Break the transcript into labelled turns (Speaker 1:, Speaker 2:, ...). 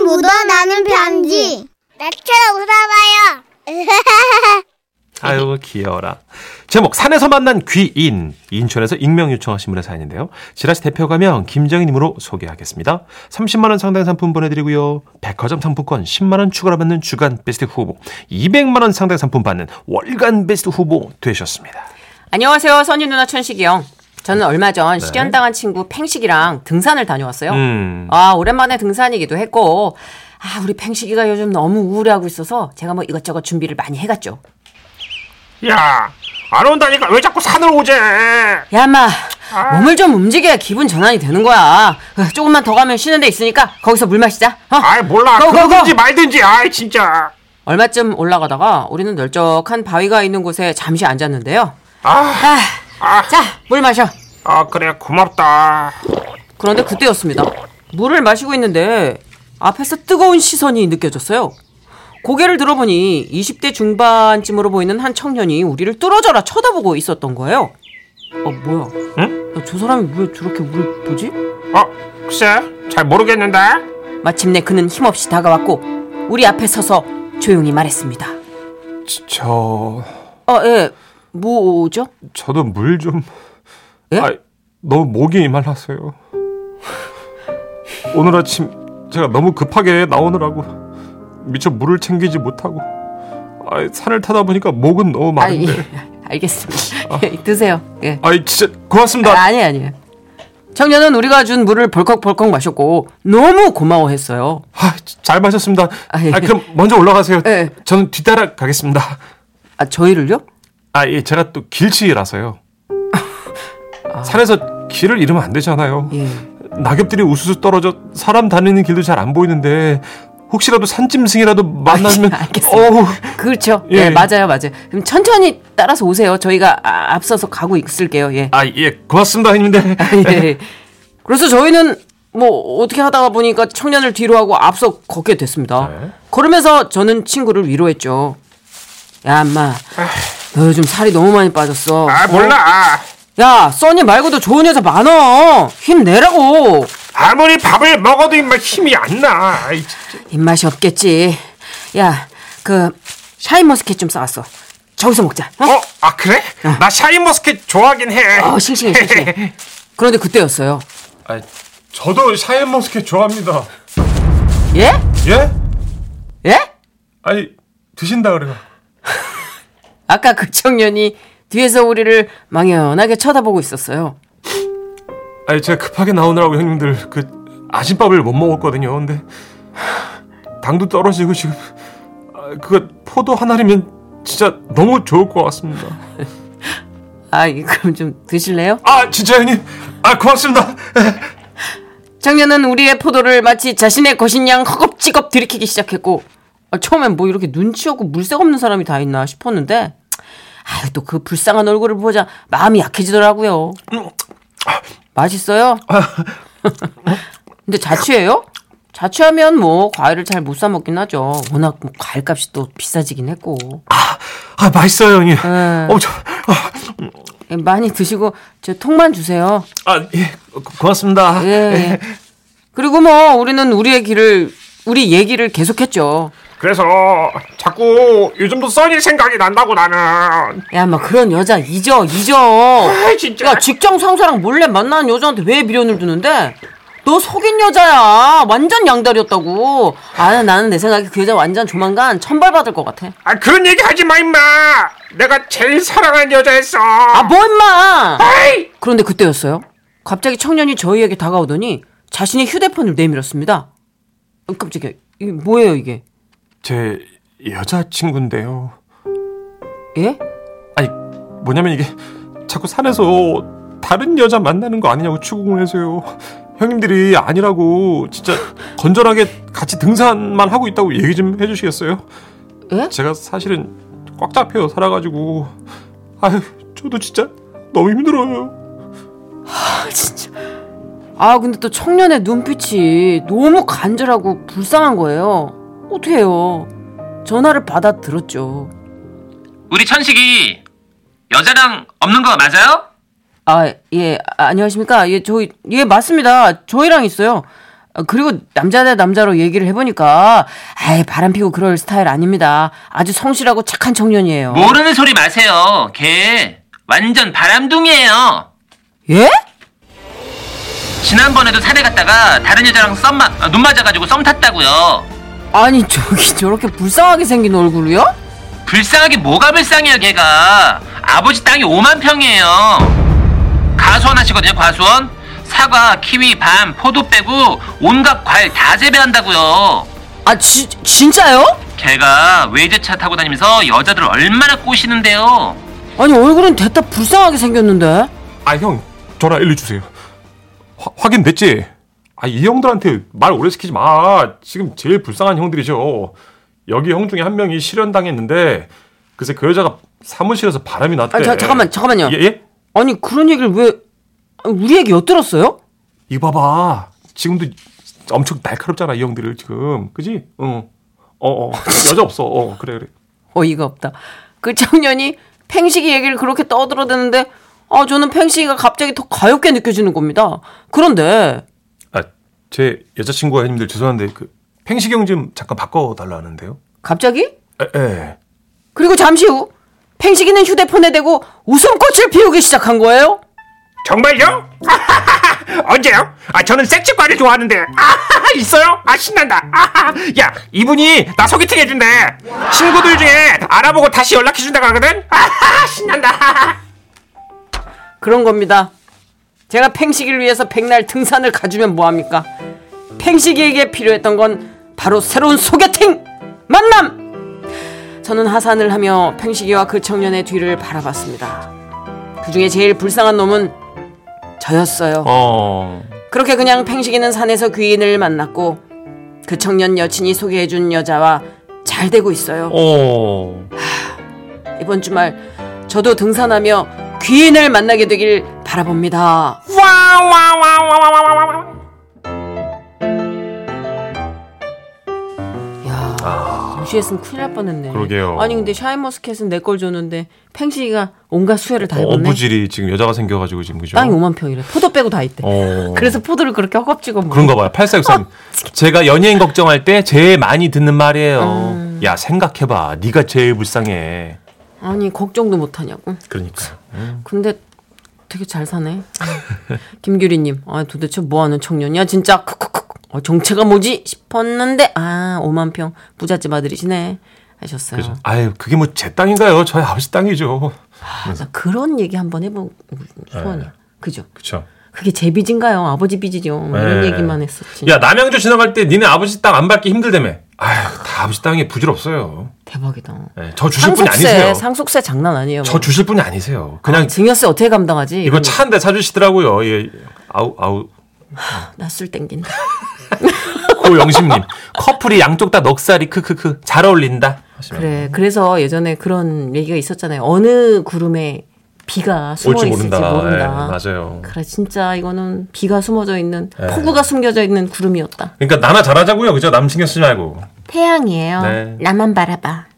Speaker 1: 묻어나는 편지. 나처럼 웃어봐요.
Speaker 2: 아유 귀여워라. 제목 산에서 만난 귀인 인천에서 익명 요청하신 분의 사연인데요. 지라시 대표 가명 김정희님으로 소개하겠습니다. 30만 원 상당 상품 보내드리고요. 백화점 상품권 10만 원 추가로 받는 주간 베스트 후보, 200만 원 상당 상품 받는 월간 베스트 후보 되셨습니다.
Speaker 3: 안녕하세요. 선희 누나 천식이 형. 저는 얼마
Speaker 4: 네.
Speaker 3: 전 실연당한 친구 팽식이랑 등산을 다녀왔어요.
Speaker 2: 음.
Speaker 3: 아, 오랜만에 등산이기도 했고. 아, 우리 팽식이가 요즘 너무 우울해하고 있어서 제가 뭐 이것저것 준비를 많이 해갔죠.
Speaker 4: 야, 안 온다니까 왜 자꾸 산을 오재?
Speaker 3: 야, 마 몸을 좀 움직여야 기분 전환이 되는 거야. 어, 조금만 더 가면 쉬는 데 있으니까 거기서 물 마시자. 어?
Speaker 4: 아이 몰라.
Speaker 3: 고, 고, 고.
Speaker 4: 그러든지 말든지. 아이 진짜.
Speaker 3: 얼마쯤 올라가다가 우리는 넓적한 바위가 있는 곳에 잠시 앉았는데요.
Speaker 4: 아,
Speaker 3: 아,
Speaker 4: 아.
Speaker 3: 자, 물 마셔.
Speaker 4: 아 그래 고맙다.
Speaker 3: 그런데 그때였습니다. 물을 마시고 있는데 앞에서 뜨거운 시선이 느껴졌어요. 고개를 들어보니 20대 중반쯤으로 보이는 한 청년이 우리를 뚫어져라 쳐다보고 있었던 거예요. 어, 뭐야?
Speaker 4: 응?
Speaker 3: 야, 저 사람이 왜 저렇게 우리 보지?
Speaker 4: 어, 글쎄 잘 모르겠는데.
Speaker 3: 마침내 그는 힘없이 다가왔고 우리 앞에 서서 조용히 말했습니다.
Speaker 2: 저
Speaker 3: 아, 예. 뭐죠?
Speaker 2: 저도 물 좀.
Speaker 3: 예?
Speaker 2: 아, 너무 목이 말랐어요. 오늘 아침 제가 너무 급하게 나오느라고 미처 물을 챙기지 못하고 아, 산을 타다 보니까 목은 너무
Speaker 3: 아, 예.
Speaker 2: 마른데.
Speaker 3: 알겠습니다. 예, 드세요. 예.
Speaker 2: 아, 이 진짜 고맙습니다.
Speaker 3: 아니 아니에요. 청년은 우리가 준 물을 벌컥벌컥 마셨고 너무 고마워했어요.
Speaker 2: 아, 잘 마셨습니다.
Speaker 3: 아, 예.
Speaker 2: 아, 그럼 먼저 올라가세요.
Speaker 3: 예.
Speaker 2: 저는 뒤따라 가겠습니다.
Speaker 3: 아 저희를요?
Speaker 2: 아, 예, 제가 또 길치라서요. 산에서 길을 잃으면 안 되잖아요.
Speaker 3: 아. 예.
Speaker 2: 낙엽들이 우수수 떨어져 사람 다니는 길도 잘 안 보이는데 혹시라도 산짐승이라도 만나면
Speaker 3: 아, 네, 알겠습니다.
Speaker 2: 네, 어우
Speaker 3: 그렇죠.
Speaker 2: 예.
Speaker 3: 예, 맞아요, 맞아요. 그럼 천천히 따라서 오세요. 저희가 아, 앞서서 가고 있을게요. 예.
Speaker 2: 아 예 고맙습니다 형님들
Speaker 3: 예. 그래서 저희는 뭐 어떻게 하다가 보니까 청년을 뒤로 하고 앞서 걷게 됐습니다.
Speaker 2: 네.
Speaker 3: 걸으면서 저는 친구를 위로했죠. 야, 엄마, 너 요즘 살이 너무 많이 빠졌어.
Speaker 4: 아 몰라.
Speaker 3: 야, 써니 말고도 좋은 여자 많어. 힘내라고.
Speaker 4: 아무리 밥을 먹어도 인마 힘이 안 나. 아이, 진짜.
Speaker 3: 입맛이 없겠지. 야, 그 샤인머스켓 좀 싸왔어. 저기서 먹자. 어?
Speaker 4: 어, 아 그래? 나 샤인머스켓 좋아하긴 해.
Speaker 3: 어, 싱싱해, 싱싱해. 그런데 그때였어요.
Speaker 2: 아, 저도 샤인머스켓 좋아합니다
Speaker 3: 예?
Speaker 2: 예?
Speaker 3: 예?
Speaker 2: 아니 드신다 그래요
Speaker 3: 아까 그 청년이 뒤에서 우리를 망연하게 쳐다보고 있었어요.
Speaker 2: 아니 제가 급하게 나오느라고 형님들 그 아침밥을 못 먹었거든요 근데 당도 떨어지고 지금 아, 그거 포도 하나리면 진짜 너무 좋을 것 같습니다
Speaker 3: 아, 이- 그럼 좀 드실래요?
Speaker 2: 아 진짜 형님 아 고맙습니다
Speaker 3: 청년은 우리의 포도를 마치 자신의 것인양 허겁지겁 들이키기 시작했고 아, 처음엔 뭐 이렇게 눈치 없고 물색 없는 사람이 다 있나 싶었는데 아유 또 그 불쌍한 얼굴을 보자 마음이 약해지더라고요. 맛있어요? 근데 자취해요? 자취하면 뭐 과일을 잘 못 사 먹긴 하죠. 워낙 뭐 과일값이 또 비싸지긴 했고
Speaker 2: 아 맛있어요 형님
Speaker 3: 네.
Speaker 2: 어, 저,
Speaker 3: 예, 많이 드시고 저 통만 주세요.
Speaker 2: 아, 예, 고- 고맙습니다.
Speaker 3: 예. 그리고 뭐 우리는 우리의 길을 우리 얘기를 계속했죠.
Speaker 4: 그래서 자꾸 요즘도 써니 생각이 난다고 나는.
Speaker 3: 야, 막 그런 여자 잊어, 잊어.
Speaker 4: 아 진짜.
Speaker 3: 야, 직장 상사랑 몰래 만나는 여자한테 왜 미련을 두는데? 너 속인 여자야. 완전 양다리였다고. 아, 나는 내 생각에 그 여자 완전 조만간 천벌받을 것 같아.
Speaker 4: 아 그런 얘기 하지 마 임마. 내가 제일 사랑하는 여자였어.
Speaker 3: 아, 뭐 임마!
Speaker 4: 아이.
Speaker 3: 그런데 그때였어요. 갑자기 청년이 저희에게 다가오더니 자신의 휴대폰을 내밀었습니다. 어, 깜짝이야. 이게 뭐예요, 이게?
Speaker 2: 제 여자친구인데요.
Speaker 3: 예?
Speaker 2: 아니, 뭐냐면 이게 자꾸 산에서 다른 여자 만나는 거 아니냐고 추궁을 해서요. 형님들이 아니라고 진짜 건전하게 같이 등산만 하고 있다고 얘기 좀 해주시겠어요?
Speaker 3: 예?
Speaker 2: 제가 사실은 꽉 잡혀 살아가지고 아유, 저도 진짜 너무 힘들어요.
Speaker 3: 진짜. 아 근데 또 청년의 눈빛이 너무 간절하고 불쌍한 거예요. 어떡해요. 전화를 받아 들었죠.
Speaker 5: 우리 천식이 여자랑 없는 거 맞아요?
Speaker 3: 아 예 안녕하십니까. 예 저희 예 맞습니다. 저희랑 있어요. 어, 그리고 남자 대 남자로 얘기를 해보니까 아이 바람 피고 그럴 스타일 아닙니다. 아주 성실하고 착한 청년이에요.
Speaker 5: 모르는 소리 마세요. 걔 완전 바람둥이에요.
Speaker 3: 예?
Speaker 5: 지난번에도 산에 갔다가 다른 여자랑 썸마, 아, 눈 맞아가지고 썸 탔다고요.
Speaker 3: 아니 저기 저렇게 불쌍하게 생긴 얼굴이요?
Speaker 5: 불쌍하게 뭐가 불쌍해요 걔가. 아버지 땅이 5만 평이에요. 가수원 하시거든요 과수원. 사과, 키위, 밤, 포도 빼고 온갖 과일 다 재배한다고요.
Speaker 3: 아 지, 진짜요?
Speaker 5: 걔가 외제차 타고 다니면서 여자들 을 얼마나 꼬시는데요.
Speaker 3: 아니 얼굴은 됐다 불쌍하게 생겼는데.
Speaker 2: 아 형 전화 일리 주세요. 화- 확인됐지? 아 이 형들한테 말 오래 시키지 마. 지금 제일 불쌍한 형들이죠. 여기 형 중에 한 명이 실현당했는데 글쎄 그 여자가 사무실에서 바람이 났대.
Speaker 3: 아 자, 잠깐만 잠깐만요.
Speaker 2: 예, 예?
Speaker 3: 아니 그런 얘기를 왜 아니, 우리 얘기 엿들었어요?
Speaker 2: 이거 봐봐. 지금도 엄청 날카롭잖아 이 형들을 지금. 그지? 어. 어, 어. 여자 없어. 어, 그래, 그래.
Speaker 3: 어이가 없다. 그 청년이 팽식이 얘기를 그렇게 떠들어대는데 아 저는 팽식이가 갑자기 더 가엽게 느껴지는 겁니다. 그런데
Speaker 2: 아, 제 여자친구가 형님들 죄송한데 그 팽시경 좀 잠깐 바꿔달라는데요.
Speaker 3: 갑자기
Speaker 2: 에, 에.
Speaker 3: 그리고 잠시 후 팽식이는 휴대폰에 대고 웃음꽃을 피우기 시작한 거예요.
Speaker 4: 정말요? 언제요? 아 저는 섹시과를 좋아하는데 아 있어요? 아 신난다 아, 야 이분이 나 소개팅 해준대 친구들 중에 알아보고 다시 연락해준다고 하거든 아 신난다
Speaker 3: 그런 겁니다. 제가 팽식이를 위해서 백날 등산을 가주면 뭐합니까? 팽식이에게 필요했던 건 바로 새로운 소개팅! 만남! 저는 하산을 하며 팽식이와 그 청년의 뒤를 바라봤습니다. 그 중에 제일 불쌍한 놈은 저였어요.
Speaker 2: 어.
Speaker 3: 그렇게 그냥 팽식이는 산에서 귀인을 만났고 그 청년 여친이 소개해준 여자와 잘 되고 있어요.
Speaker 2: 어.
Speaker 3: 이번 주말 저도 등산하며 귀인을 만나게 되길 바라봅니다.
Speaker 4: 와와와와와와와
Speaker 3: 야, 무시했으면 큰일 날 뻔했네.
Speaker 2: 그러게요.
Speaker 3: 아니 근데 샤인머스켓은 내 걸 줬는데 팽식이가 온갖 수혜를 다 해봤네.
Speaker 2: 어부질이 지금 여자가 생겨가지고 지금 그죠?
Speaker 3: 땅이 5만 평이래. 포도 빼고 다 있대.
Speaker 2: 어.
Speaker 3: 그래서 포도를 그렇게 허겁지겁 먹어.
Speaker 2: 그런가 봐요. 8463. 제가 연예인 걱정할 때 제일 많이 듣는 말이에요.
Speaker 3: 음.
Speaker 2: 야, 생각해봐. 네가 제일 불쌍해.
Speaker 3: 아니 걱정도 못하냐고.
Speaker 2: 그러니까.
Speaker 3: 근데 되게 잘 사네. 어. 김규리님, 아 도대체 뭐하는 청년이야 진짜. 크크크. 어, 정체가 뭐지 싶었는데 아 5만 평 부잣집 아들이시네 하셨어요.
Speaker 2: 그죠. 아유, 그게 뭐 제 땅인가요? 저희 아버지 땅이죠.
Speaker 3: 아, 나 그런 얘기 한번 해보고
Speaker 2: 네.
Speaker 3: 소원이야. 그죠?
Speaker 2: 그쵸.
Speaker 3: 그게 제 빚인가요? 아버지 빚이죠. 뭐 이런
Speaker 2: 네.
Speaker 3: 얘기만 했었지.
Speaker 2: 야, 남양주 지나갈 때 니네 아버지 땅 안 밟기 힘들다며. 아유, 다 아버지 땅에 부질없어요.
Speaker 3: 대박이다.
Speaker 2: 예, 저 주실 분이
Speaker 3: 상속세,
Speaker 2: 아니세요.
Speaker 3: 상속세 장난 아니에요. 뭐.
Speaker 2: 저 주실 분이 아니세요. 그냥
Speaker 3: 증여세 어떻게 감당하지?
Speaker 2: 이거 차 한 대 사주시더라고요. 예. 아우, 아우.
Speaker 3: 낯술 땡긴다.
Speaker 2: 아. 고영심님. 커플이 양쪽 다 넉살이 크크크. 잘 어울린다. 하시면.
Speaker 3: 그래, 그래서 예전에 그런 얘기가 있었잖아요. 어느 구름에 비가 숨어
Speaker 2: 올지
Speaker 3: 있을지 모른다.
Speaker 2: 모른다. 예, 맞아요.
Speaker 3: 그래, 진짜 이거는 비가 숨어져 있는
Speaker 2: 예.
Speaker 3: 폭우가 숨겨져 있는 구름이었다.
Speaker 2: 그러니까 나나 잘하자고요. 그죠? 남 신경 쓰지 말고.
Speaker 3: 태양이에요.
Speaker 2: 네.
Speaker 3: 나만 바라봐.